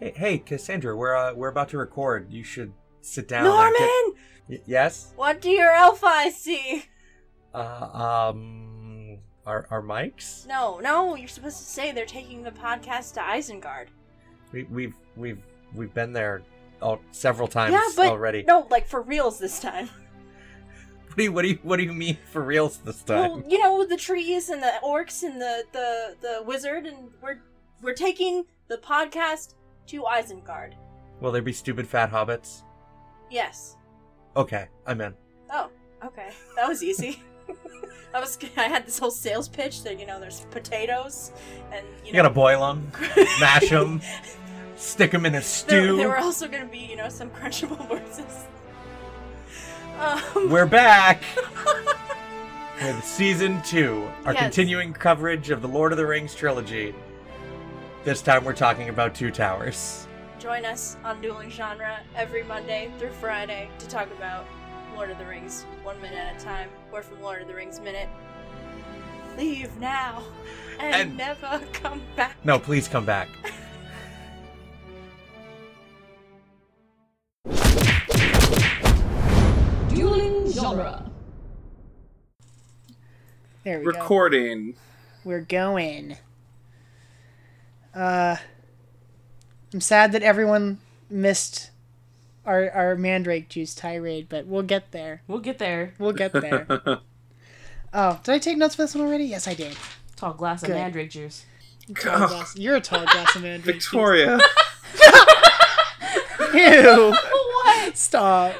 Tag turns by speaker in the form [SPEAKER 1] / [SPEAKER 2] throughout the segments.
[SPEAKER 1] Hey, hey Cassandra, we're uh, we're about to record. You should sit down. I
[SPEAKER 2] Norman,
[SPEAKER 1] can't- Y- yes.
[SPEAKER 2] what do your elf eyes see?
[SPEAKER 1] Uh, um, our our mics.
[SPEAKER 2] No, no, you're supposed to say they're taking the podcast to Isengard.
[SPEAKER 1] We, we've we've we've been there all, several times
[SPEAKER 2] Yeah, but
[SPEAKER 1] already.
[SPEAKER 2] No, like for reals this time.
[SPEAKER 1] What do you what do you what do you mean for reals this time?
[SPEAKER 2] Well, you know the trees and the orcs and the the the wizard, and we're we're taking the podcast to Isengard.
[SPEAKER 1] Will there be stupid fat hobbits?
[SPEAKER 2] Yes.
[SPEAKER 1] Okay, I'm in.
[SPEAKER 2] Oh, okay, that was easy. I was I had this whole sales pitch that you know there's potatoes and you,
[SPEAKER 1] You
[SPEAKER 2] know
[SPEAKER 1] gotta boil them, mash them, stick them in a
[SPEAKER 2] There,
[SPEAKER 1] stew.
[SPEAKER 2] there were also going to be, you know, some crunchable voices. Um,
[SPEAKER 1] We're back with season two, our
[SPEAKER 2] Yes.
[SPEAKER 1] continuing coverage of the Lord of the Rings trilogy. This time we're talking about Two Towers.
[SPEAKER 2] join us on Dueling Genre every Monday through Friday to talk about Lord of the Rings one minute at a time. We're from Lord of the Rings Minute. Leave now and,
[SPEAKER 1] And-
[SPEAKER 2] never come back.
[SPEAKER 1] No, please come back.
[SPEAKER 3] Dueling genre.
[SPEAKER 4] There we go.
[SPEAKER 5] recording.
[SPEAKER 4] We're going. Uh, I'm sad that everyone missed our our mandrake juice tirade, but we'll get there.
[SPEAKER 3] We'll get there.
[SPEAKER 4] We'll get there. oh, did I take notes for this one already? Yes, I did.
[SPEAKER 3] Tall glass
[SPEAKER 4] Good.
[SPEAKER 3] of mandrake juice.
[SPEAKER 4] Tall glass- You're a tall glass of mandrake
[SPEAKER 5] Victoria,
[SPEAKER 4] juice. Ew!
[SPEAKER 3] What?
[SPEAKER 4] Stop!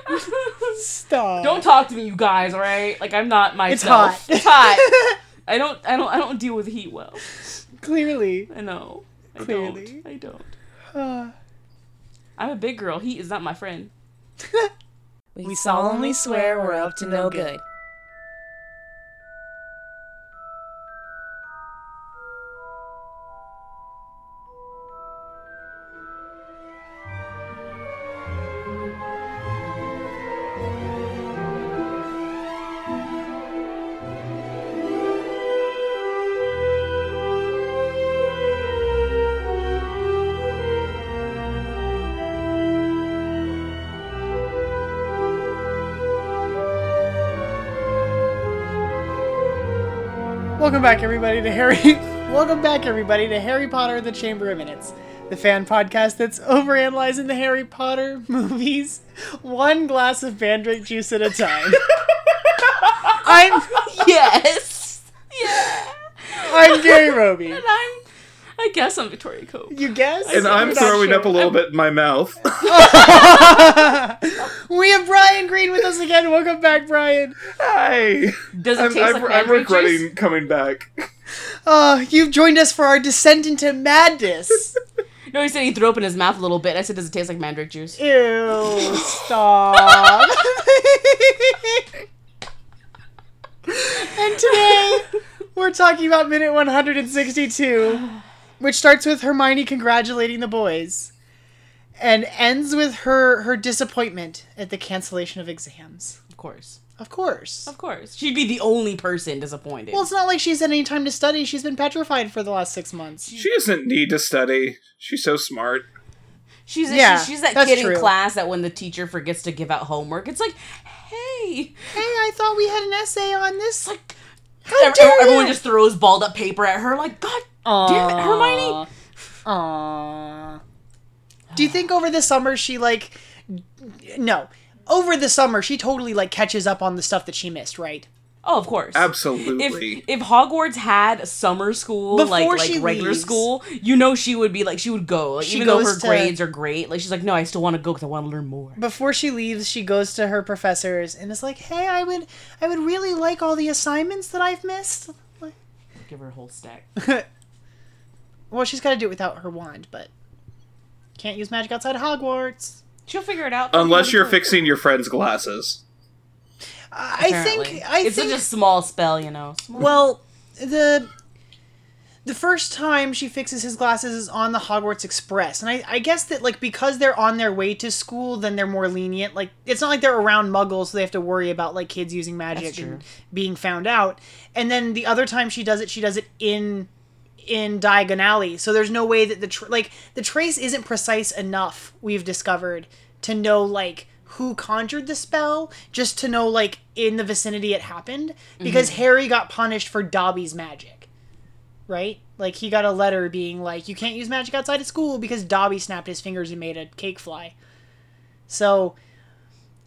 [SPEAKER 4] Stop!
[SPEAKER 3] don't talk to me, you guys. All right? Like I'm not myself.
[SPEAKER 4] hot.
[SPEAKER 3] It's hot. I don't. I don't. I don't deal with heat well.
[SPEAKER 4] Clearly,
[SPEAKER 3] I know. I
[SPEAKER 4] Clearly.
[SPEAKER 3] don't. I don't.
[SPEAKER 4] uh,
[SPEAKER 3] I'm a big girl. Heat is not my friend.
[SPEAKER 6] We solemnly swear we're up to no good.
[SPEAKER 4] Welcome back, everybody, to Harry. Welcome back, everybody, to Harry Potter: and The Chamber of Minutes, the fan podcast that's overanalyzing the Harry Potter movies, one glass of mandrake juice at a time. I'm
[SPEAKER 3] Yes. Yeah.
[SPEAKER 4] I'm Gary Roby.
[SPEAKER 3] And I'm. I guess I'm Victoria Cope.
[SPEAKER 4] You guess?
[SPEAKER 5] and I'm
[SPEAKER 4] Not
[SPEAKER 5] throwing
[SPEAKER 4] sure.
[SPEAKER 5] up a little bit in my mouth.
[SPEAKER 4] We have Brian Green with us again. Welcome back, Brian.
[SPEAKER 5] Hi.
[SPEAKER 3] Does it
[SPEAKER 5] I'm,
[SPEAKER 3] taste
[SPEAKER 5] I'm,
[SPEAKER 3] like
[SPEAKER 5] I'm
[SPEAKER 3] mandrake
[SPEAKER 5] regretting
[SPEAKER 3] juice?
[SPEAKER 5] coming back.
[SPEAKER 4] Uh, you've joined us for our descent into madness.
[SPEAKER 3] No, he said he threw up in his mouth a little bit. I said, does it taste like mandrake juice?
[SPEAKER 4] Ew! Stop. and today we're talking about minute 162, which starts with Hermione congratulating the boys, and ends with her her disappointment at the cancellation of exams.
[SPEAKER 3] Of course.
[SPEAKER 4] Of course.
[SPEAKER 3] Of course. She'd be the only person disappointed.
[SPEAKER 4] Well, it's not like she's had any time to study. She's been petrified for the last six months.
[SPEAKER 5] She doesn't need to study. She's so smart.
[SPEAKER 3] She's
[SPEAKER 4] Yeah,
[SPEAKER 3] she's, she's that
[SPEAKER 4] that's
[SPEAKER 3] kid
[SPEAKER 4] true.
[SPEAKER 3] in class that when the teacher forgets to give out homework, it's like, hey,
[SPEAKER 4] Hey, I thought we had an essay on this.
[SPEAKER 3] like
[SPEAKER 4] How
[SPEAKER 3] ev-
[SPEAKER 4] dare
[SPEAKER 3] everyone
[SPEAKER 4] you!
[SPEAKER 3] just throws balled up paper at her. Like, God damn it, Hermione.
[SPEAKER 4] Aww. Do you think over the summer she like no. Over the summer she totally like catches up on the stuff that she missed, right?
[SPEAKER 3] Oh, of course. If
[SPEAKER 5] Absolutely.
[SPEAKER 3] if Hogwarts had summer school, like
[SPEAKER 4] Before
[SPEAKER 3] like
[SPEAKER 4] she
[SPEAKER 3] regular
[SPEAKER 4] leaves.
[SPEAKER 3] school, you know she would be like she would go. Like,
[SPEAKER 4] She
[SPEAKER 3] even though
[SPEAKER 4] goes
[SPEAKER 3] her
[SPEAKER 4] to-
[SPEAKER 3] grades are great, like she's like, no, I still want to go because I want to learn more.
[SPEAKER 4] Before she leaves, she goes to her professors and is like, "Hey, I would I would really like all the assignments that I've missed."
[SPEAKER 3] Give her a whole stack.
[SPEAKER 4] Well, she's got to do it without her wand, but can't use magic outside of Hogwarts.
[SPEAKER 3] She'll figure it out.
[SPEAKER 5] Unless you're fixing your friend's glasses.
[SPEAKER 4] Uh, I
[SPEAKER 3] Apparently.
[SPEAKER 4] think I
[SPEAKER 3] it's
[SPEAKER 4] think
[SPEAKER 3] such a small spell, you know.
[SPEAKER 4] Well, the the first time she fixes his glasses is on the Hogwarts Express, and I, I guess that like because they're on their way to school, then they're more lenient. Like it's not like they're around Muggles, so they have to worry about like kids using magic
[SPEAKER 3] true.
[SPEAKER 4] and being found out. And then the other time she does it, she does it in in Diagon Alley. So there's no way that the tr like the trace isn't precise enough. We've discovered to know like who conjured the spell, just to know like in the vicinity it happened. Because Harry got punished for Dobby's magic, right? Like he got a letter being like, "You can't use magic outside of school" because Dobby snapped his fingers and made a cake fly. So.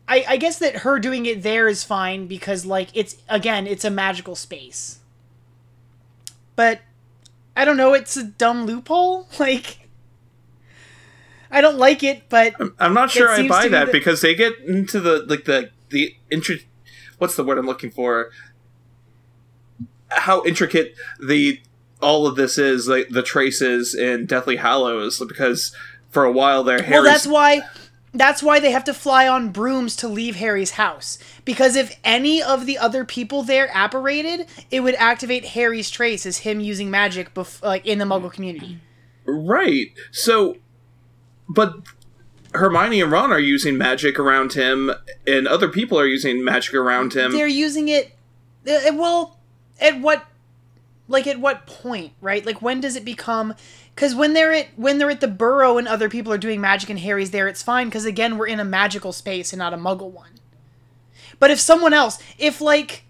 [SPEAKER 4] I, I guess that her doing it there is fine because like it's again it's a magical space but I don't know. It's a dumb loophole. Like, I don't like it, but
[SPEAKER 5] I'm not sure I
[SPEAKER 4] seems
[SPEAKER 5] buy
[SPEAKER 4] to be
[SPEAKER 5] that
[SPEAKER 4] the-
[SPEAKER 5] because they get into the like the the intri- what's the word I'm looking for? How intricate the all of this is, like the traces in Deathly Hallows, because for a while there,
[SPEAKER 4] well,
[SPEAKER 5] Harry's
[SPEAKER 4] that's why. That's why they have to fly on brooms to leave Harry's house. Because if any of the other people there apparated, it would activate Harry's trace as him using magic, bef- like in the Muggle community.
[SPEAKER 5] right. So, but Hermione and Ron are using magic around him, and other people are using magic around him.
[SPEAKER 4] They're using it. uh, well, at what, like at what point, right? Like when does it become? Because when they're at when they're at the burrow and other people are doing magic and Harry's there, it's fine. Because again, we're in a magical space and not a Muggle one. But if someone else, if like,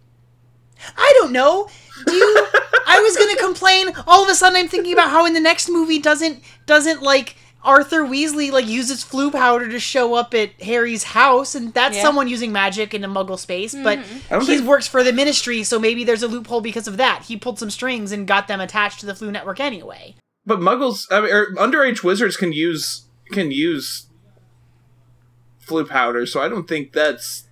[SPEAKER 4] I don't know, do you? I was gonna complain. All of a sudden, I'm thinking about how in the next movie doesn't doesn't like Arthur Weasley like uses flu powder to show up at Harry's house, and that's
[SPEAKER 3] Yeah. Mm-hmm.
[SPEAKER 4] someone using magic in a Muggle space.
[SPEAKER 5] I
[SPEAKER 4] But
[SPEAKER 5] don't
[SPEAKER 4] he
[SPEAKER 5] think-
[SPEAKER 4] works for the Ministry, so maybe there's a loophole because of that. He pulled some strings and got them attached to the flu network anyway.
[SPEAKER 5] But muggles, I mean, or underage wizards can use can use flu powder, so I don't think that's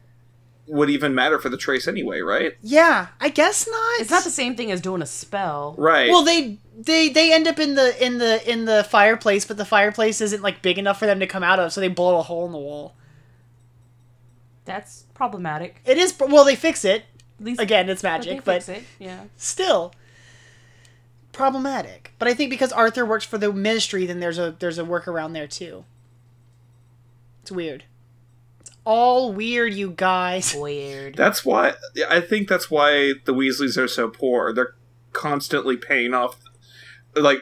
[SPEAKER 5] would even matter for the trace anyway, right?
[SPEAKER 4] Yeah, I guess not.
[SPEAKER 3] It's not the same thing as doing a spell.
[SPEAKER 5] Right.
[SPEAKER 4] Well, they they they end up in the in the in the fireplace, but the fireplace isn't like big enough for them to come out of, so they blow a hole in the wall.
[SPEAKER 3] That's problematic.
[SPEAKER 4] It is well, they fix it.
[SPEAKER 3] At least
[SPEAKER 4] Again, it's
[SPEAKER 3] but they
[SPEAKER 4] magic, but
[SPEAKER 3] fix it. Yeah.
[SPEAKER 4] still problematic. But I think because Arthur works for the ministry, then there's a there's a workaround there too. It's weird. It's all weird, you guys.
[SPEAKER 3] Weird.
[SPEAKER 5] that's why I think that's why the Weasleys are so poor. They're constantly paying off, like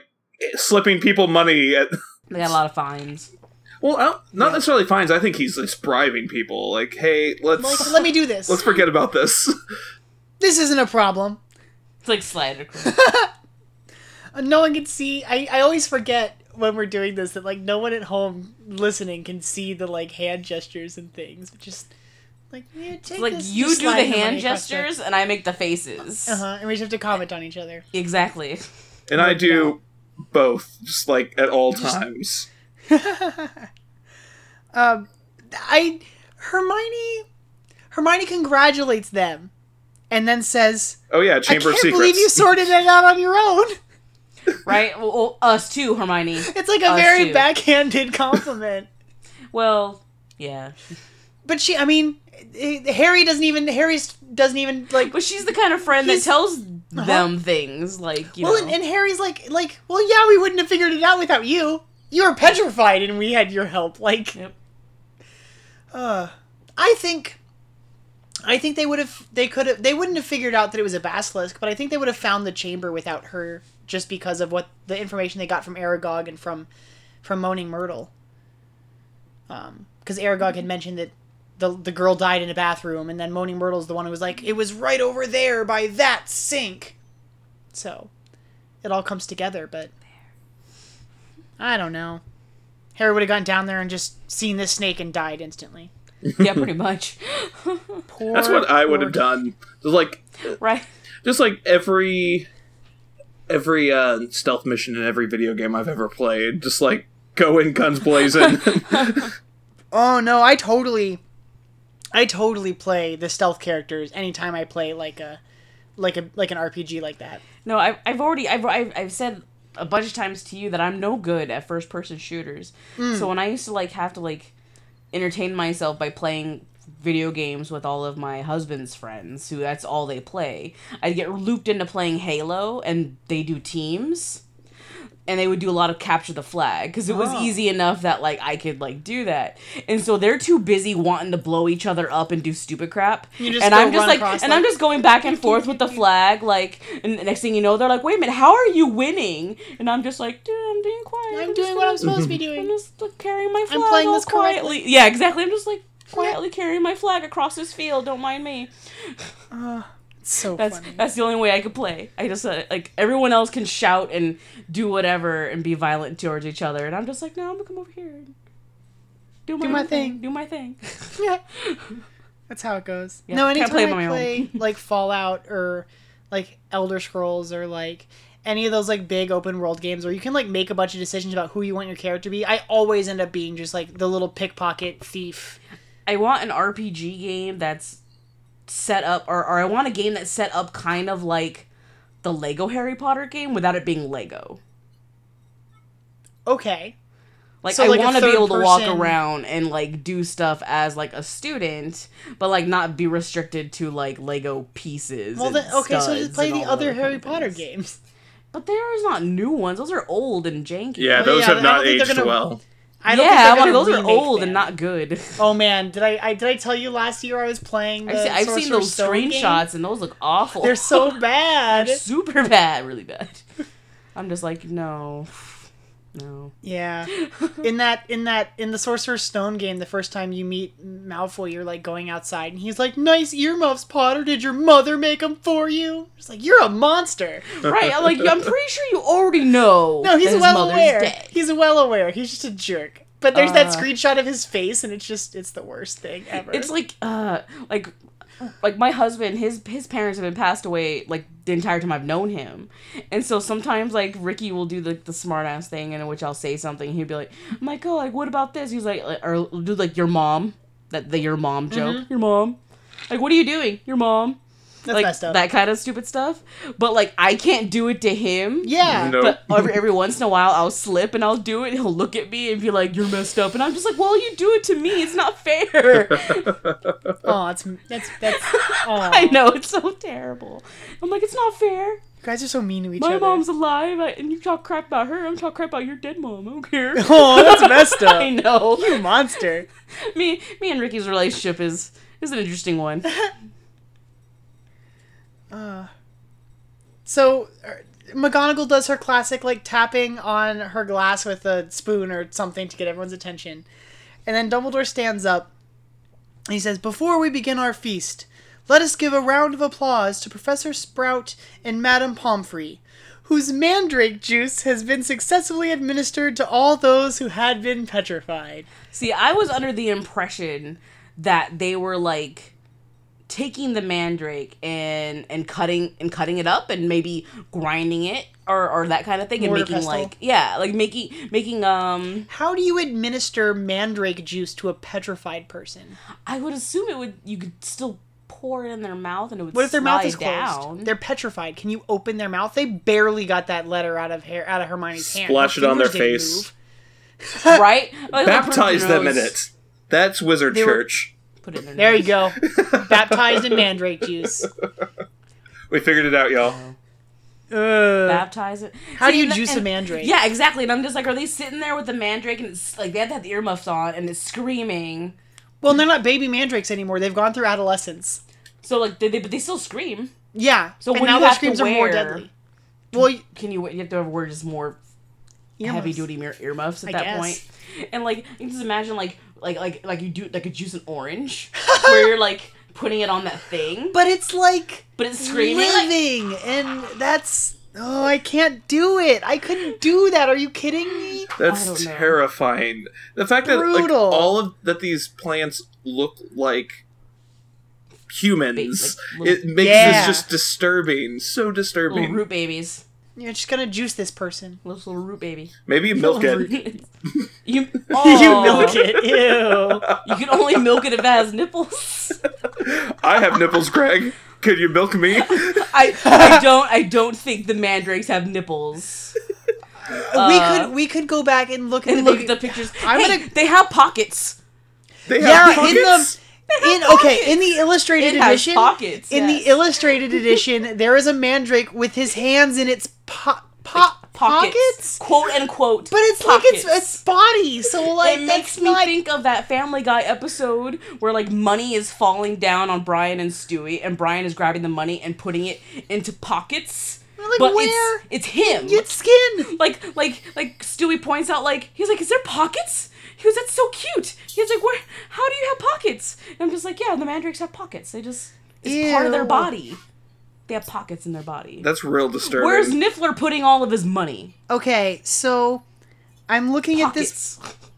[SPEAKER 5] slipping people money at.
[SPEAKER 3] They got a lot of fines.
[SPEAKER 5] Well, I don't- not necessarily fines. I think he's just bribing people. Like, hey, let's
[SPEAKER 4] Like, let me do this.
[SPEAKER 5] let's forget about this.
[SPEAKER 4] This isn't a problem.
[SPEAKER 3] It's like slider.
[SPEAKER 4] no one can see I, I always forget when we're doing this that like no one at home listening can see the like hand gestures and things but just like yeah, take
[SPEAKER 3] like
[SPEAKER 4] this,
[SPEAKER 3] you
[SPEAKER 4] just
[SPEAKER 3] do
[SPEAKER 4] slide
[SPEAKER 3] the
[SPEAKER 4] your money
[SPEAKER 3] hand
[SPEAKER 4] across the-
[SPEAKER 3] gestures and I make the faces.
[SPEAKER 4] uh-huh and we just have to comment on each other
[SPEAKER 3] Exactly.
[SPEAKER 5] And I do both, just like at all times.
[SPEAKER 4] i hermione hermione congratulates them and then says
[SPEAKER 5] Oh yeah, Chamber
[SPEAKER 4] i
[SPEAKER 5] of
[SPEAKER 4] can't
[SPEAKER 5] Secrets.
[SPEAKER 4] believe you sorted it out on your own
[SPEAKER 3] Right? Well, well, us too, Hermione.
[SPEAKER 4] it's like a
[SPEAKER 3] Us
[SPEAKER 4] very
[SPEAKER 3] too.
[SPEAKER 4] backhanded compliment
[SPEAKER 3] Well, yeah.
[SPEAKER 4] but she i mean eh, harry doesn't even harry's doesn't even like
[SPEAKER 3] But she's the kind of friend
[SPEAKER 4] He's- Uh-huh.
[SPEAKER 3] that tells them things like, you
[SPEAKER 4] Well,
[SPEAKER 3] know.
[SPEAKER 4] and, and Harry's like, like, well, yeah, we wouldn't have figured it out without you. You were petrified, and we had your help. Like,
[SPEAKER 3] Yep.
[SPEAKER 4] uh, I think, I think they would have, they could have, they wouldn't have figured out that it was a basilisk, but I think they would have found the chamber without her, just because of what the information they got from Aragog and from, from Moaning Myrtle. Um, because Aragog had mentioned that. The, the girl died in a bathroom, and then Moaning Myrtle's the one who was like, "It was right over there by that sink." So it all comes together, but I don't know. Harry would have gone down there and just seen this snake and died instantly.
[SPEAKER 3] yeah, pretty much.
[SPEAKER 4] Poor,
[SPEAKER 5] That's what I would
[SPEAKER 4] poor-
[SPEAKER 5] have done. Just like
[SPEAKER 3] right.
[SPEAKER 5] just like every every uh, stealth mission in every video game I've ever played. Just like go in guns blazing.
[SPEAKER 4] Oh no, I totally I totally play the stealth characters anytime I play like a like a like an RPG like that.
[SPEAKER 3] No, I've, I've already I've, I've I've said a bunch of times to you that I'm no good at first person shooters.
[SPEAKER 4] Mm.
[SPEAKER 3] So when I used to like have to like entertain myself by playing video games with all of my husband's friends, who that's all they play, I'd get looped into playing Halo, and they do teams. and they would do a lot of capture the flag because it was
[SPEAKER 4] Oh.
[SPEAKER 3] easy enough that like I could like do that. And so they're too busy wanting to blow each other up and do stupid crap.
[SPEAKER 4] You just
[SPEAKER 3] and
[SPEAKER 4] go
[SPEAKER 3] I'm just
[SPEAKER 4] run
[SPEAKER 3] like,
[SPEAKER 4] across,
[SPEAKER 3] and
[SPEAKER 4] like,
[SPEAKER 3] I'm just going back and forth with the flag. Like, and the next thing you know, they're like, wait a minute, how are you winning? And I'm just like, dude, I'm being quiet.
[SPEAKER 4] I'm
[SPEAKER 3] just
[SPEAKER 4] doing what
[SPEAKER 3] gonna-
[SPEAKER 4] I'm supposed to be
[SPEAKER 3] I'm
[SPEAKER 4] doing.
[SPEAKER 3] just like, carrying my flag.
[SPEAKER 4] playing
[SPEAKER 3] all
[SPEAKER 4] this correctly.
[SPEAKER 3] quietly. Yeah, exactly. I'm just like quietly carrying my flag across this field. Don't mind me.
[SPEAKER 4] It's so
[SPEAKER 3] That's
[SPEAKER 4] funny.
[SPEAKER 3] that's the only way I could play. I just uh, like everyone else can shout and do whatever and be violent towards each other, and I'm just like, no, I'm gonna come over here and do my,
[SPEAKER 4] my
[SPEAKER 3] own
[SPEAKER 4] thing.
[SPEAKER 3] do my thing.
[SPEAKER 4] yeah. That's how it goes.
[SPEAKER 3] Yeah,
[SPEAKER 4] no, anytime
[SPEAKER 3] can't play
[SPEAKER 4] I
[SPEAKER 3] by my
[SPEAKER 4] play like Fallout or like Elder Scrolls or like any of those like big open world games where you can like make a bunch of decisions about who you want your character to be, I always end up being just like the little pickpocket thief.
[SPEAKER 3] I want an RPG game that's set up, or, or I want a game that's set up kind of like the Lego Harry Potter game without it being Lego.
[SPEAKER 4] Okay.
[SPEAKER 3] Like
[SPEAKER 4] So,
[SPEAKER 3] I
[SPEAKER 4] like, a
[SPEAKER 3] want to be able to walk
[SPEAKER 4] third-person-
[SPEAKER 3] around and like do stuff as like a student, but like not be restricted to like Lego pieces.
[SPEAKER 4] Well
[SPEAKER 3] and
[SPEAKER 4] then okay, so
[SPEAKER 3] studs
[SPEAKER 4] just play
[SPEAKER 3] and
[SPEAKER 4] the
[SPEAKER 3] all that
[SPEAKER 4] other
[SPEAKER 3] kind
[SPEAKER 4] Harry
[SPEAKER 3] of
[SPEAKER 4] Potter
[SPEAKER 3] things.
[SPEAKER 4] games.
[SPEAKER 3] But there's not new ones; those are old and janky.
[SPEAKER 5] Yeah,
[SPEAKER 4] Well,
[SPEAKER 5] those
[SPEAKER 4] Oh, yeah, I
[SPEAKER 5] have not
[SPEAKER 4] don't think they're
[SPEAKER 5] aged
[SPEAKER 4] gonna-
[SPEAKER 5] well.
[SPEAKER 4] I don't
[SPEAKER 3] yeah,
[SPEAKER 4] think they're
[SPEAKER 3] well,
[SPEAKER 4] gonna
[SPEAKER 3] those are
[SPEAKER 4] remake
[SPEAKER 3] old
[SPEAKER 4] them.
[SPEAKER 3] and not good.
[SPEAKER 4] Oh man, did I, I did I tell you last year I was playing the
[SPEAKER 3] I've, seen, I've seen
[SPEAKER 4] Sorcerer's
[SPEAKER 3] those
[SPEAKER 4] Stone game?
[SPEAKER 3] screenshots, and those look awful.
[SPEAKER 4] They're so bad.
[SPEAKER 3] super bad, really bad. I'm just like, no, no.
[SPEAKER 4] Yeah. In that in that in the Sorcerer's Stone game, the first time you meet Malfoy, you're like going outside and he's like, "Nice earmuffs, Potter. Did your mother make them for you?" It's like, "You're a monster."
[SPEAKER 3] Right? I'm like, I'm pretty sure you already know.
[SPEAKER 4] No, he's
[SPEAKER 3] that his
[SPEAKER 4] well
[SPEAKER 3] mother's
[SPEAKER 4] aware.
[SPEAKER 3] dead.
[SPEAKER 4] He's well aware. He's just a jerk. But there's that
[SPEAKER 3] Uh.
[SPEAKER 4] screenshot of his face and it's just it's the worst thing ever.
[SPEAKER 3] It's like, uh, like, like my husband, his his parents have been passed away like the entire time I've known him, and so sometimes like Ricky will do the the smart ass thing, and in which I'll say something, he'd be like, I'm like, oh, like what about this? He's like, like- or do like your mom, that the your mom
[SPEAKER 4] Mm-hmm.
[SPEAKER 3] joke, your mom, like what are you doing, your mom,
[SPEAKER 4] That's
[SPEAKER 3] like
[SPEAKER 4] messed up.
[SPEAKER 3] that kind of stupid stuff. But like I can't do it to him.
[SPEAKER 4] yeah.
[SPEAKER 5] No.
[SPEAKER 3] But every, every once in a while, I'll slip and I'll do it. And he'll look at me and be like, "You're messed up," and I'm just like, "Well, you do it to me. It's not fair."
[SPEAKER 4] Oh, it's that's that's
[SPEAKER 3] I
[SPEAKER 4] oh.
[SPEAKER 3] know it's so terrible. I'm like, "It's not fair.
[SPEAKER 4] You guys are so mean to each
[SPEAKER 3] My
[SPEAKER 4] other.
[SPEAKER 3] mom's alive, I, and you talk crap about her. I'm talk crap about your dead mom. I don't care."
[SPEAKER 4] Oh, that's messed
[SPEAKER 3] I
[SPEAKER 4] up.
[SPEAKER 3] know.
[SPEAKER 4] You monster.
[SPEAKER 3] me, me and Ricky's relationship is is an interesting one.
[SPEAKER 4] So er, McGonagall does her classic like tapping on her glass with a spoon or something to get everyone's attention. And then Dumbledore stands up and he says, "Before we begin our feast, let us give a round of applause to Professor Sprout and Madame Pomfrey, whose mandrake juice has been successfully administered to all those who had been petrified."
[SPEAKER 3] See, I was under the impression that they were like taking the mandrake and and cutting and cutting it up and maybe grinding it or or that kind of thing and
[SPEAKER 4] Mortar
[SPEAKER 3] making
[SPEAKER 4] pestle.
[SPEAKER 3] like yeah, like making making um
[SPEAKER 4] How do you administer mandrake juice to a petrified person?
[SPEAKER 3] I would assume it would you could still pour it in their mouth and it would
[SPEAKER 4] What if their mouth is
[SPEAKER 3] slide down.
[SPEAKER 4] closed? They're petrified. Can you open their mouth? They barely got that letter out of hair out of Hermione's hand.
[SPEAKER 5] Splash
[SPEAKER 4] Her
[SPEAKER 5] it on their
[SPEAKER 4] fingers didn't
[SPEAKER 5] face.
[SPEAKER 4] move.
[SPEAKER 3] right? Like,
[SPEAKER 5] Baptize
[SPEAKER 3] who
[SPEAKER 5] them in
[SPEAKER 3] knows?
[SPEAKER 5] it. That's wizard
[SPEAKER 4] were-
[SPEAKER 5] church.
[SPEAKER 3] Put it in their
[SPEAKER 4] There you
[SPEAKER 3] nose.
[SPEAKER 4] go. Baptized in mandrake juice.
[SPEAKER 5] We figured it out, y'all.
[SPEAKER 4] Ugh.
[SPEAKER 3] Baptize it.
[SPEAKER 4] How do you
[SPEAKER 3] and-
[SPEAKER 4] juice a
[SPEAKER 3] and-
[SPEAKER 4] mandrake?
[SPEAKER 3] Yeah, exactly. And I'm just like, are they sitting there with the mandrake and it's like they had to have the earmuffs on and it's screaming.
[SPEAKER 4] Well, they're not baby mandrakes anymore. They've gone through adolescence.
[SPEAKER 3] So like they, they but they still scream.
[SPEAKER 4] Yeah.
[SPEAKER 3] So
[SPEAKER 4] and
[SPEAKER 3] what do
[SPEAKER 4] now
[SPEAKER 3] you
[SPEAKER 4] their
[SPEAKER 3] have to
[SPEAKER 4] screams are more
[SPEAKER 3] wear?
[SPEAKER 4] deadly. Well, y-
[SPEAKER 3] Can you you have to have word just more heavy
[SPEAKER 4] earmuffs.
[SPEAKER 3] duty ear earmuffs at
[SPEAKER 4] I
[SPEAKER 3] that
[SPEAKER 4] guess.
[SPEAKER 3] point. And like you can just imagine like like like like you do like a juice an orange where you're like putting it on that thing, but,
[SPEAKER 4] But it's like
[SPEAKER 3] it's screaming. like-
[SPEAKER 4] living, and that's oh, I can't do it. I couldn't do that. Are you kidding me?
[SPEAKER 3] don't
[SPEAKER 5] That's
[SPEAKER 3] know.
[SPEAKER 5] terrifying. The fact that like,
[SPEAKER 4] Brutal.
[SPEAKER 5] all of that these plants look like humans,
[SPEAKER 3] Ba- like little-
[SPEAKER 5] it makes
[SPEAKER 4] Yeah.
[SPEAKER 5] this just disturbing. So disturbing.
[SPEAKER 3] little root babies,
[SPEAKER 4] You're just gonna juice this person.
[SPEAKER 3] little, little root baby.
[SPEAKER 5] Maybe you milk it.
[SPEAKER 3] You oh,
[SPEAKER 4] You milk it. Ew.
[SPEAKER 3] You can only milk it if it has nipples.
[SPEAKER 5] I have nipples, Greg. Could you milk me?
[SPEAKER 3] I, I don't I don't think the mandrakes have nipples.
[SPEAKER 4] we
[SPEAKER 3] Uh,
[SPEAKER 4] could we could go back and look at
[SPEAKER 3] And
[SPEAKER 4] the
[SPEAKER 3] look at
[SPEAKER 4] baby-
[SPEAKER 3] the pictures.
[SPEAKER 4] I'm
[SPEAKER 3] hey,
[SPEAKER 4] gonna-
[SPEAKER 3] they have pockets.
[SPEAKER 5] They
[SPEAKER 4] yeah
[SPEAKER 5] have
[SPEAKER 4] in the
[SPEAKER 5] pockets.
[SPEAKER 4] in okay in the illustrated
[SPEAKER 3] It has
[SPEAKER 4] edition
[SPEAKER 3] pockets,
[SPEAKER 4] in
[SPEAKER 3] yes.
[SPEAKER 4] the illustrated edition there is a mandrake with his hands in its po- po-
[SPEAKER 3] pockets,
[SPEAKER 4] pockets?
[SPEAKER 3] quote unquote.
[SPEAKER 4] But it's like it's,
[SPEAKER 3] pockets.
[SPEAKER 4] it's body, so like
[SPEAKER 3] it
[SPEAKER 4] that's
[SPEAKER 3] makes me
[SPEAKER 4] not-
[SPEAKER 3] think of that Family Guy episode where like money is falling down on Brian and Stewie, and Brian is grabbing the money and putting it into pockets.
[SPEAKER 4] Like,
[SPEAKER 3] but
[SPEAKER 4] where?
[SPEAKER 3] it's it's him.
[SPEAKER 4] Get skin.
[SPEAKER 3] like like like Stewie points out like he's like, is there pockets? He was that's so cute. He's like, where? How do you have pockets? And I'm just like, yeah, the mandrakes have pockets. They just it's part of their
[SPEAKER 4] Ew.
[SPEAKER 3] body. They have pockets in their body.
[SPEAKER 5] That's real disturbing.
[SPEAKER 3] Where's Niffler putting all of his money?
[SPEAKER 4] Okay, so I'm looking at this
[SPEAKER 3] Pockets.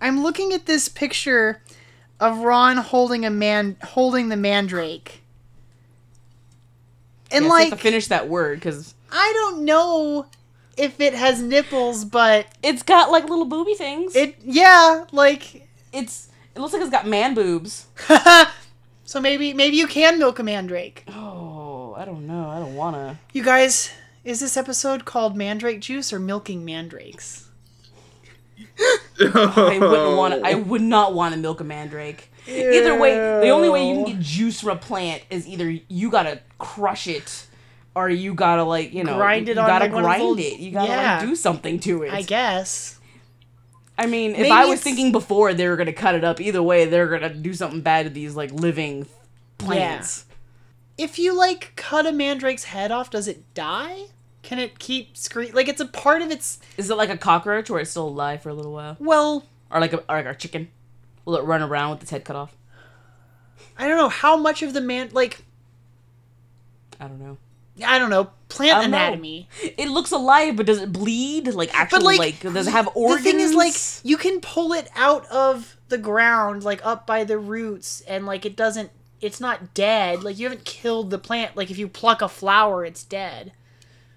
[SPEAKER 4] I'm looking at this picture of Ron holding a man holding the mandrake. And
[SPEAKER 3] Yeah, so I have
[SPEAKER 4] like
[SPEAKER 3] to finish that word because
[SPEAKER 4] I don't know if it has nipples, but
[SPEAKER 3] it's got like little booby things.
[SPEAKER 4] it yeah, like
[SPEAKER 3] it's it looks like it's got man boobs.
[SPEAKER 4] so maybe maybe you can milk a mandrake.
[SPEAKER 3] Oh, I don't know. I don't wanna.
[SPEAKER 4] You guys, is this episode called Mandrake Juice or Milking Mandrakes?
[SPEAKER 3] I wouldn't want. I would not want to milk a mandrake. Either way, the only way you can get juice from a plant is either you gotta crush it, or you gotta like you know
[SPEAKER 4] Grind
[SPEAKER 3] you
[SPEAKER 4] it on,
[SPEAKER 3] gotta
[SPEAKER 4] like, one of
[SPEAKER 3] grind
[SPEAKER 4] those-
[SPEAKER 3] it. You gotta
[SPEAKER 4] Yeah.
[SPEAKER 3] like do something to it.
[SPEAKER 4] I
[SPEAKER 3] I,
[SPEAKER 4] guess.
[SPEAKER 3] mean, if
[SPEAKER 4] Maybe
[SPEAKER 3] I was
[SPEAKER 4] it's-
[SPEAKER 3] thinking before they were gonna cut it up, either way they're gonna do something bad to these like living plants.
[SPEAKER 4] If you like cut a mandrake's head off, does it die? Can it keep scree like it's a part of its
[SPEAKER 3] Is it like a cockroach where it's still alive for a little while,
[SPEAKER 4] well,
[SPEAKER 3] or like a or like a chicken? Will it run around with its head cut off?
[SPEAKER 4] I don't know how much of the man like
[SPEAKER 3] I don't know.
[SPEAKER 4] I don't know plant
[SPEAKER 3] I don't know.
[SPEAKER 4] anatomy.
[SPEAKER 3] It looks alive, but does it bleed? Like actually,
[SPEAKER 4] like,
[SPEAKER 3] like, does it have organs?
[SPEAKER 4] The thing is like you can pull it out of the ground like up by the roots and like it doesn't it's not dead. Like you haven't killed the plant. Like if you pluck a flower, it's dead.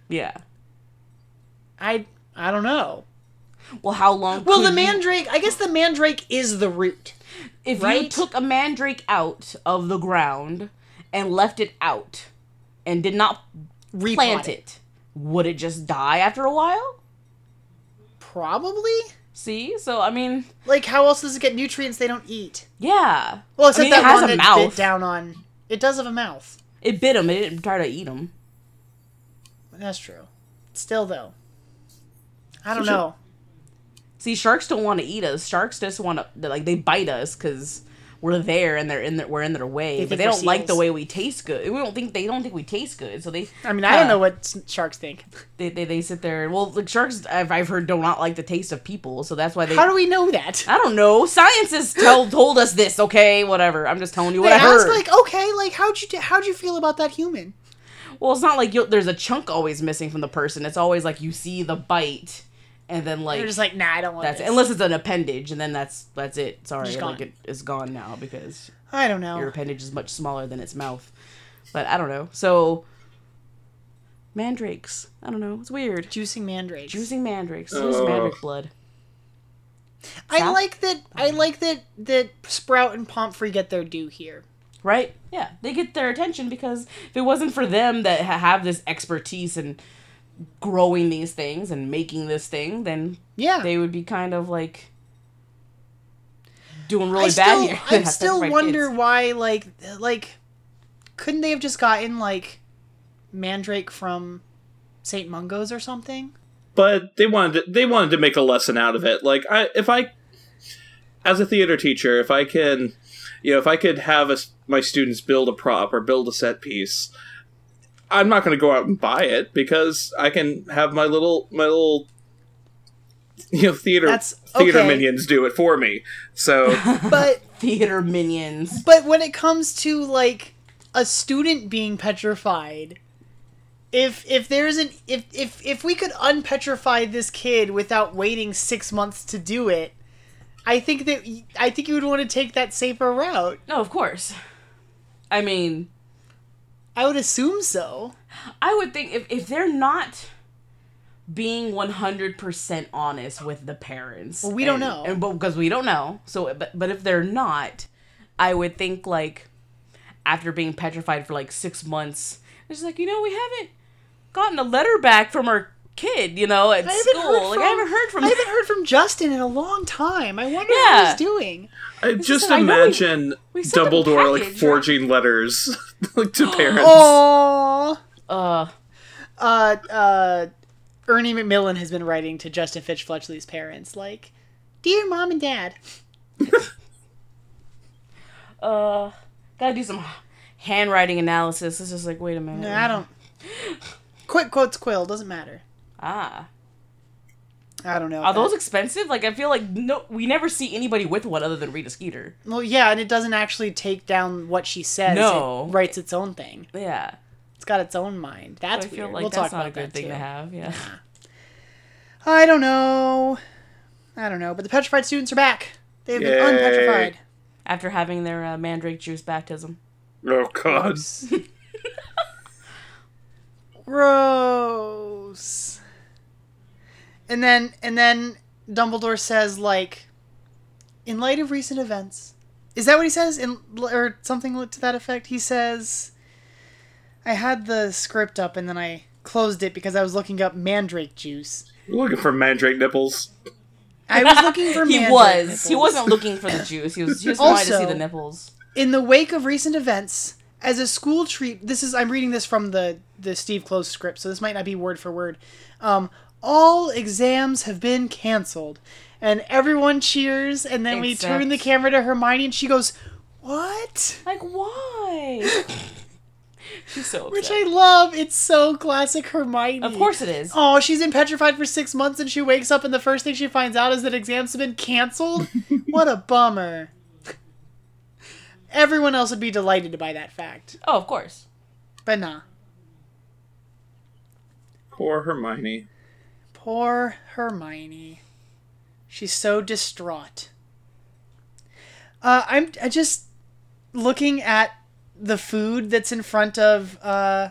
[SPEAKER 3] yeah.
[SPEAKER 4] I I don't know.
[SPEAKER 3] Well, how long?
[SPEAKER 4] Well,
[SPEAKER 3] could
[SPEAKER 4] the
[SPEAKER 3] you-
[SPEAKER 4] mandrake, I guess the mandrake is the root.
[SPEAKER 3] if you
[SPEAKER 4] right?
[SPEAKER 3] took a mandrake out of the ground and left it out, and did not
[SPEAKER 4] Repot
[SPEAKER 3] plant it, would it just die after a while?
[SPEAKER 4] Probably?
[SPEAKER 3] See, so I mean,
[SPEAKER 4] Like how else does it get nutrients they don't eat?
[SPEAKER 3] yeah.
[SPEAKER 4] Well, except
[SPEAKER 3] I mean,
[SPEAKER 4] that
[SPEAKER 3] it has
[SPEAKER 4] one
[SPEAKER 3] a
[SPEAKER 4] that
[SPEAKER 3] mouth.
[SPEAKER 4] bit down on. It does have a mouth.
[SPEAKER 3] It bit him. It didn't try to eat him.
[SPEAKER 4] That's true. Still though. I don't
[SPEAKER 5] Such a-
[SPEAKER 4] know.
[SPEAKER 3] See, sharks don't want to eat us. Sharks just want to like they bite us because we're there and they're in their, we're in their way.
[SPEAKER 4] They
[SPEAKER 3] but
[SPEAKER 4] think
[SPEAKER 3] they
[SPEAKER 4] we're
[SPEAKER 3] don't like the
[SPEAKER 4] seals.
[SPEAKER 3] way we taste good. We don't think they don't think we taste good. So they.
[SPEAKER 4] I mean, I don't
[SPEAKER 3] kinda-
[SPEAKER 4] know what s- sharks think.
[SPEAKER 3] They, they, they sit there. Well, like sharks, I've, I've heard do not like the taste of people. So that's why they.
[SPEAKER 4] How do we know that?
[SPEAKER 3] I don't know. Science has tell, told us this. Okay, whatever. I'm just telling you what
[SPEAKER 4] They
[SPEAKER 3] I
[SPEAKER 4] ask
[SPEAKER 3] heard.
[SPEAKER 4] like, okay, like how'd you how'd you feel about that human?
[SPEAKER 3] well, it's not like you there's a chunk always missing from the person. It's always like you see the bite, and then like
[SPEAKER 4] They're just like, nah, I don't want
[SPEAKER 3] that's
[SPEAKER 4] this.
[SPEAKER 3] it. unless it's an appendage, and then that's that's it. Sorry,
[SPEAKER 4] Just gone.
[SPEAKER 3] like
[SPEAKER 4] Oh.
[SPEAKER 3] it, it's gone now because
[SPEAKER 4] I don't know.
[SPEAKER 3] your appendage is much smaller than its mouth. But I don't know. So mandrakes. I don't know. It's weird.
[SPEAKER 4] Juicing mandrakes.
[SPEAKER 3] Juicing mandrakes. It's
[SPEAKER 5] Ugh.
[SPEAKER 3] mandrake blood.
[SPEAKER 4] I
[SPEAKER 3] sap?
[SPEAKER 4] like that. I like that. That Sprout and Pomfrey get their due here.
[SPEAKER 3] right? Yeah, they get their attention because if it wasn't for them that ha- have this expertise in growing these things and making this thing, then
[SPEAKER 4] Yeah.
[SPEAKER 3] they would be kind of like doing
[SPEAKER 4] I
[SPEAKER 3] really bad
[SPEAKER 4] still,
[SPEAKER 3] here.
[SPEAKER 4] I
[SPEAKER 3] Have
[SPEAKER 4] still
[SPEAKER 3] sacrifice
[SPEAKER 4] wonder
[SPEAKER 3] kids.
[SPEAKER 4] why, like, like, couldn't they have just gotten like Mandrake from Saint Mungo's or something?
[SPEAKER 5] but they wanted to, they wanted to make a lesson out of it. Like I, if I, as a theater teacher, if I can, you know, if I could have a s my students build a prop or build a set piece, I'm not going to go out and buy it because I can have my little my little you know theater
[SPEAKER 4] That's-
[SPEAKER 5] theater
[SPEAKER 4] okay.
[SPEAKER 5] minions do it for me. So
[SPEAKER 4] But
[SPEAKER 3] theater minions.
[SPEAKER 4] but when it comes to like a student being petrified, if if there's an if if if we could unpetrify this kid without waiting six months to do it, I think that y- I think you would want to take that safer route.
[SPEAKER 3] No, of course. I mean,
[SPEAKER 4] I would assume so.
[SPEAKER 3] I would think if, if they're not being 100% honest with the parents.
[SPEAKER 4] Well, we don't
[SPEAKER 3] and-
[SPEAKER 4] know.
[SPEAKER 3] And because we don't know. So but but if they're not, I would think like after being petrified for like 6 months, it's just like, you know, we haven't gotten a letter back from our kid, you know, at
[SPEAKER 4] I haven't
[SPEAKER 3] school.
[SPEAKER 4] heard
[SPEAKER 3] like I haven't heard from
[SPEAKER 4] I haven't heard from Justin in a long time. I wonder how
[SPEAKER 3] Yeah.
[SPEAKER 4] he's doing.
[SPEAKER 5] I just
[SPEAKER 3] I know we-
[SPEAKER 5] imagine
[SPEAKER 3] we sent them
[SPEAKER 5] Dumbledore like
[SPEAKER 3] package, right? Oh.
[SPEAKER 5] forging letters like, to parents.
[SPEAKER 4] Aww.
[SPEAKER 3] uh
[SPEAKER 4] uh, uh, Ernie McMillan has been writing to Justin Fitch Fletchley's parents, like, "Dear mom and dad,
[SPEAKER 3] Uh, gotta do some handwriting analysis. It's just like, wait a minute.
[SPEAKER 4] No, I don't." Quick quotes, Quill doesn't matter.
[SPEAKER 3] Ah,
[SPEAKER 4] I don't know.
[SPEAKER 3] are those expensive? Like, I feel like no, we never see anybody with one other than Rita Skeeter.
[SPEAKER 4] Well, yeah, and it doesn't actually take down what she says.
[SPEAKER 3] No.
[SPEAKER 4] it writes its own thing.
[SPEAKER 3] Yeah,
[SPEAKER 4] It's got its own mind. That's
[SPEAKER 3] I feel
[SPEAKER 4] weird.
[SPEAKER 3] like
[SPEAKER 4] we'll talk
[SPEAKER 3] that's
[SPEAKER 4] about
[SPEAKER 3] not a good
[SPEAKER 4] that
[SPEAKER 3] thing
[SPEAKER 4] too.
[SPEAKER 3] to have. Yeah.
[SPEAKER 4] I don't know. I don't know. But the petrified students are back. They've been
[SPEAKER 5] Yay.
[SPEAKER 4] unpetrified.
[SPEAKER 3] After having their uh, mandrake juice baptism.
[SPEAKER 5] Oh God!
[SPEAKER 4] Gross. And then and then Dumbledore says like in light of recent events. Is that what he says in or something to that effect? He says I had the script up and then I closed it because I was looking up mandrake juice.
[SPEAKER 5] Looking for mandrake nipples.
[SPEAKER 4] I was looking for
[SPEAKER 3] he
[SPEAKER 4] mandrake
[SPEAKER 3] was. He
[SPEAKER 4] nipples.
[SPEAKER 3] wasn't looking for the juice. He was he just wanted to see
[SPEAKER 4] Also-
[SPEAKER 3] the nipples.
[SPEAKER 4] in the wake of recent events as a school treat this is i'm reading this from the the steve close script so this might not be word for word um, all exams have been canceled and everyone cheers and then we
[SPEAKER 3] Except-
[SPEAKER 4] turn the camera to hermione and she goes what
[SPEAKER 3] Like, why? She's so
[SPEAKER 4] which
[SPEAKER 3] upset.
[SPEAKER 4] i love it's so classic hermione
[SPEAKER 3] Of course it is.
[SPEAKER 4] Oh, she's been petrified for six months and she wakes up and the first thing she finds out is that exams have been canceled? what a bummer. Everyone else would be delighted by that fact.
[SPEAKER 3] Oh, of course.
[SPEAKER 4] But nah.
[SPEAKER 5] Poor Hermione.
[SPEAKER 4] Poor Hermione. She's so distraught. Uh, I'm I just looking at the food that's in front of uh,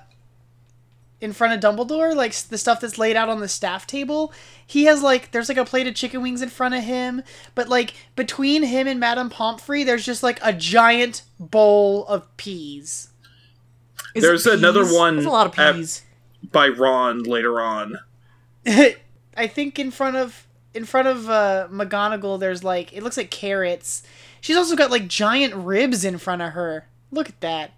[SPEAKER 4] in front of Dumbledore, like s- the stuff that's laid out on the staff table. He has like there's like a plate of chicken wings in front of him, but like between him and Madame Pomfrey, there's just like a giant bowl of peas.
[SPEAKER 3] Is
[SPEAKER 5] There's
[SPEAKER 3] it
[SPEAKER 5] another
[SPEAKER 3] peas?
[SPEAKER 5] one
[SPEAKER 3] There's a lot of
[SPEAKER 5] at-
[SPEAKER 3] peas.
[SPEAKER 5] By Ron later on.
[SPEAKER 4] I think in front of in front of uh, McGonagall, there's like it looks like carrots. She's also got like giant ribs in front of her. Look at that.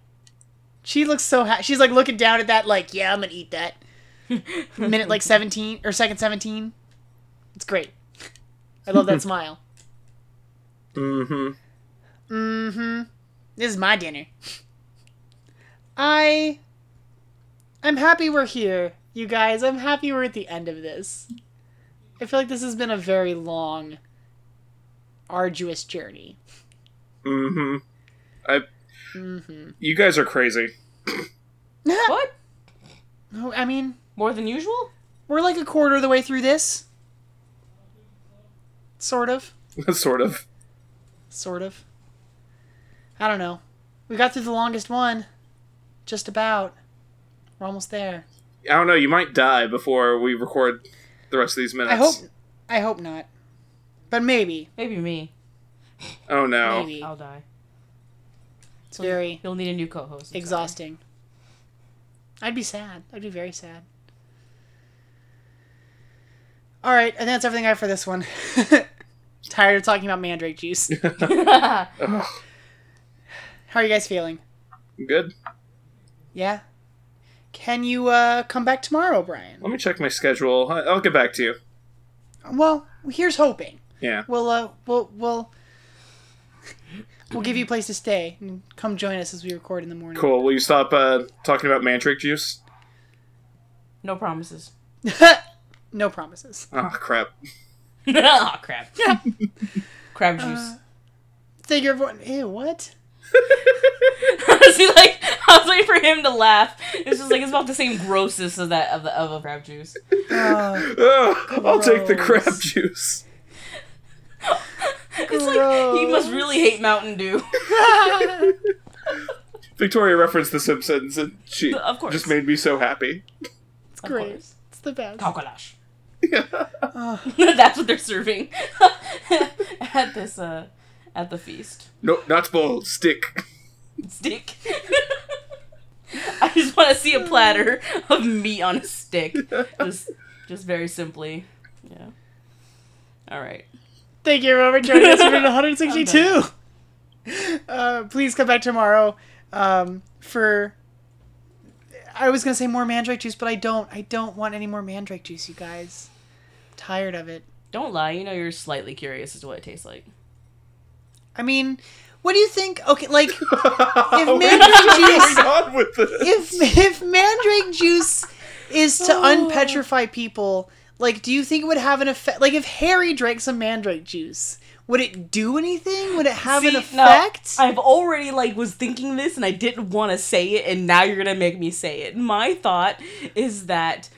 [SPEAKER 4] She looks so ha- she's like looking down at that like yeah I'm gonna eat that. Minute like seventeen or second seventeen. It's great. I love that smile.
[SPEAKER 5] Mm-hmm.
[SPEAKER 4] Mm-hmm. This is my dinner. I I'm happy we're here, you guys. I'm happy we're at the end of this. I feel like this has been a very long arduous journey.
[SPEAKER 5] Mm-hmm. I.
[SPEAKER 4] Mm-hmm.
[SPEAKER 5] You guys are crazy.
[SPEAKER 3] What?
[SPEAKER 4] No, Oh, I mean,
[SPEAKER 3] More than usual?
[SPEAKER 4] we're like a quarter of the way through this. Sort of.
[SPEAKER 5] sort of.
[SPEAKER 4] Sort of. I don't know. We got through the longest one. Just about. We're almost there.
[SPEAKER 5] I don't know. You might die before we record the rest of these minutes.
[SPEAKER 4] I hope I hope not. But maybe.
[SPEAKER 3] Maybe me.
[SPEAKER 5] Oh no.
[SPEAKER 4] Maybe.
[SPEAKER 3] I'll die.
[SPEAKER 4] It's very
[SPEAKER 3] You'll need a new co-host. I'm
[SPEAKER 4] exhausting. I'd be sad. I'd be very sad. All right, I think that's everything I have for this one. Tired of talking about mandrake juice.
[SPEAKER 3] sorry.
[SPEAKER 4] How are you guys feeling?
[SPEAKER 5] Good.
[SPEAKER 4] Yeah. Can you uh, come back tomorrow, Brian?
[SPEAKER 5] Let me check my schedule. I- I'll get back to you.
[SPEAKER 4] Well, here's hoping.
[SPEAKER 5] Yeah.
[SPEAKER 4] We'll uh, we'll we'll we'll give you a place to stay and come join us as we record in the morning.
[SPEAKER 5] Cool. Will you stop uh, talking about mandrake juice?
[SPEAKER 3] no promises.
[SPEAKER 4] no promises.
[SPEAKER 5] Oh crap.
[SPEAKER 3] oh crap. Crab juice.
[SPEAKER 4] Thank you, everyone. Ew, what?
[SPEAKER 3] See, like I was waiting for him to laugh. It's just like it's about the same grossness of that of the of a crab juice.
[SPEAKER 5] Ugh, I'll take the
[SPEAKER 4] Gross.
[SPEAKER 5] crab juice.
[SPEAKER 3] It's like he must really hate Mountain Dew.
[SPEAKER 5] Victoria referenced The Simpsons, and she
[SPEAKER 3] Of course.
[SPEAKER 5] just made me so happy.
[SPEAKER 4] It's great.
[SPEAKER 3] course.
[SPEAKER 4] It's the best.
[SPEAKER 3] Cockalash. That's what they're serving at this uh at the feast.
[SPEAKER 5] No, not bowl, stick.
[SPEAKER 3] Stick. I just want to see a platter of meat on a stick. Just just very simply. Yeah. All right.
[SPEAKER 4] Thank you, everyone, for joining us for 162. Uh, please come back tomorrow um, for I was gonna say more mandrake juice, but I don't. I don't want any more mandrake juice, you guys. I'm tired of it.
[SPEAKER 3] Don't lie. You know you're slightly curious as to what it tastes like.
[SPEAKER 4] I mean, what do you think? Okay, like if
[SPEAKER 5] What's
[SPEAKER 4] mandrake juice
[SPEAKER 5] going on with this?
[SPEAKER 4] if if mandrake juice is
[SPEAKER 3] Oh.
[SPEAKER 4] to unpetrify people, like, do you think it would have an effect? Like, if Harry drank some mandrake juice, would it do anything? Would it have an
[SPEAKER 3] See, now,
[SPEAKER 4] effect?
[SPEAKER 3] I've already like was thinking this and I didn't want to say it and now you're going to make me say it. My thought is that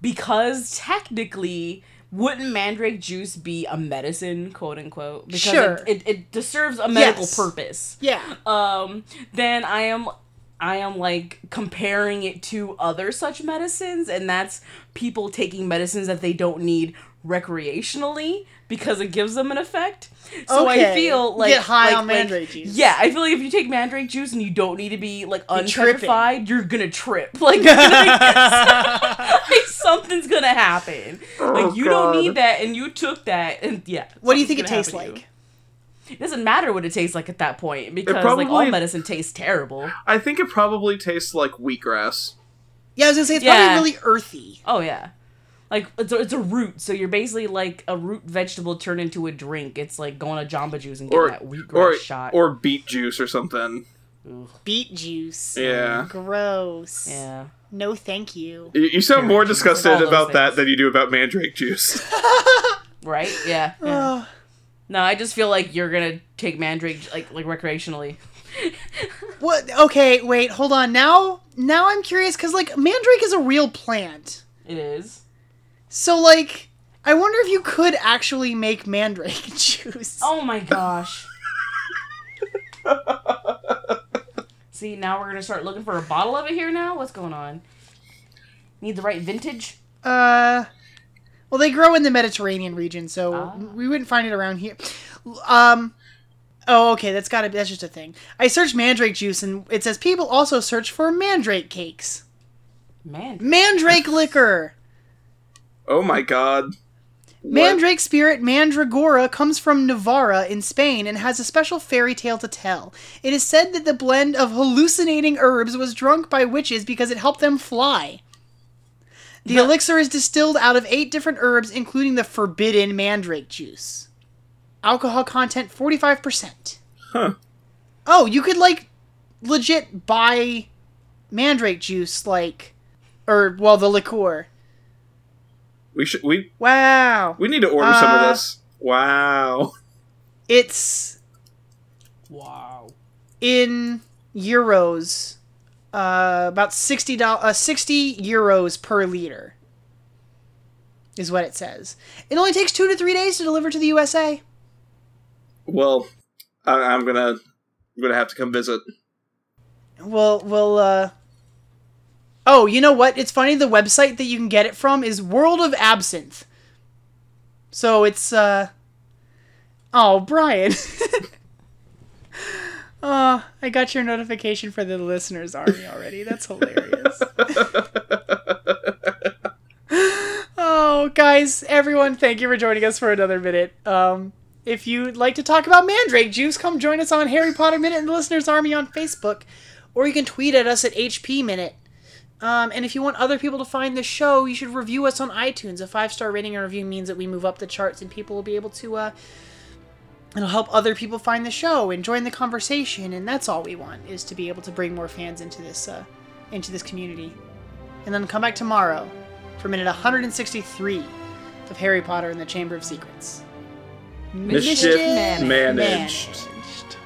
[SPEAKER 3] because technically wouldn't mandrake juice be a medicine, quote unquote? Because
[SPEAKER 4] Sure.
[SPEAKER 3] it, it, it serves a medical
[SPEAKER 4] Yes.
[SPEAKER 3] purpose.
[SPEAKER 4] yeah.
[SPEAKER 3] Um, then I am I am like comparing it to other such medicines, and that's people taking medicines that they don't need recreationally because it gives them an effect. So I
[SPEAKER 4] Okay.
[SPEAKER 3] feel like
[SPEAKER 4] Get high
[SPEAKER 3] like-
[SPEAKER 4] on
[SPEAKER 3] like-
[SPEAKER 4] mandrake juice.
[SPEAKER 3] Yeah, I feel like if you take mandrake juice and you don't need to be like
[SPEAKER 4] tripping.
[SPEAKER 3] untripified, you're gonna trip. Like, you're gonna- like, something's gonna happen. like you don't need that, and you took that, and yeah.
[SPEAKER 4] What do you think it
[SPEAKER 3] something's
[SPEAKER 4] tastes
[SPEAKER 3] gonna happen to you.
[SPEAKER 4] like?
[SPEAKER 3] It doesn't matter what it tastes like at that point because like all
[SPEAKER 5] probably-
[SPEAKER 3] medicine tastes terrible.
[SPEAKER 5] I think it probably tastes like wheatgrass.
[SPEAKER 4] Yeah, I was gonna say it's
[SPEAKER 3] Yeah.
[SPEAKER 4] probably really earthy.
[SPEAKER 3] Oh yeah, like it's a, it's a root, so you're basically like a root vegetable turned into a drink. It's like going to Jamba Juice and getting
[SPEAKER 5] Or
[SPEAKER 3] that wheatgrass
[SPEAKER 5] or
[SPEAKER 3] shot.
[SPEAKER 5] or beet juice or something.
[SPEAKER 4] Beet juice.
[SPEAKER 5] Yeah.
[SPEAKER 4] Gross.
[SPEAKER 3] yeah,
[SPEAKER 4] No, thank you.
[SPEAKER 5] You- You sound more disgusted
[SPEAKER 3] All those
[SPEAKER 5] about that
[SPEAKER 3] things.
[SPEAKER 5] than you do about mandrake juice.
[SPEAKER 3] right. Yeah. yeah.
[SPEAKER 4] Ugh.
[SPEAKER 3] No, I just feel like you're gonna take mandrake like like recreationally.
[SPEAKER 4] What? Okay, wait, hold on. Now, now I'm curious because like mandrake is a real plant.
[SPEAKER 3] It is.
[SPEAKER 4] So like, I wonder if you could actually make mandrake juice.
[SPEAKER 3] Oh my gosh. See, now we're gonna start looking for a bottle of it here. Now, what's going on? Need the right vintage.
[SPEAKER 4] Uh, well, they grow in the Mediterranean region, so
[SPEAKER 3] Ah.
[SPEAKER 4] we wouldn't find it around here. Um, oh, okay, that's gotta be that's just a thing. I searched mandrake juice, and it says people also search for mandrake cakes,
[SPEAKER 3] Man,
[SPEAKER 4] mandrake liquor,
[SPEAKER 5] Oh my god.
[SPEAKER 4] mandrake spirit. Mandragora comes from Navarra in Spain and has a special fairy tale to tell. It is said that the blend of hallucinating herbs was drunk by witches because it helped them fly. The elixir is distilled out of eight different herbs, including the forbidden mandrake juice. Alcohol content 45%.
[SPEAKER 5] Huh.
[SPEAKER 4] Oh, you could, like, legit buy mandrake juice, like, or, well, the liqueur.
[SPEAKER 5] We should we
[SPEAKER 4] Wow.
[SPEAKER 5] we need to order some
[SPEAKER 4] Uh,
[SPEAKER 5] of this. Wow.
[SPEAKER 4] It's
[SPEAKER 3] wow.
[SPEAKER 4] in euros, uh, about 60, uh, 60 euros per liter, is what it says. It only takes two to three days to deliver to the USA.
[SPEAKER 5] Well, I, I'm gonna I'm gonna have to come visit.
[SPEAKER 4] We'll we'll uh Oh, you know what? It's funny the website that you can get it from is World of Absinthe. So it's uh Oh, Brian. uh, I got your notification for the listeners army already. That's hilarious. oh, guys, everyone, thank you for joining us for another minute. Um if you'd like to talk about Mandrake Juice, come join us on Harry Potter Minute and the Listeners Army on Facebook or you can tweet at us at HP Minute. Um, and if you want other people to find the show, you should review us on iTunes. A five star rating and review means that we move up the charts and people will be able to. Uh, it'll help other people find the show and join the conversation. And that's all we want is to be able to bring more fans into this uh, into this community. And then come back tomorrow for minute 163 of Harry Potter and the Chamber of Secrets.
[SPEAKER 5] Mischief managed.
[SPEAKER 4] Managed.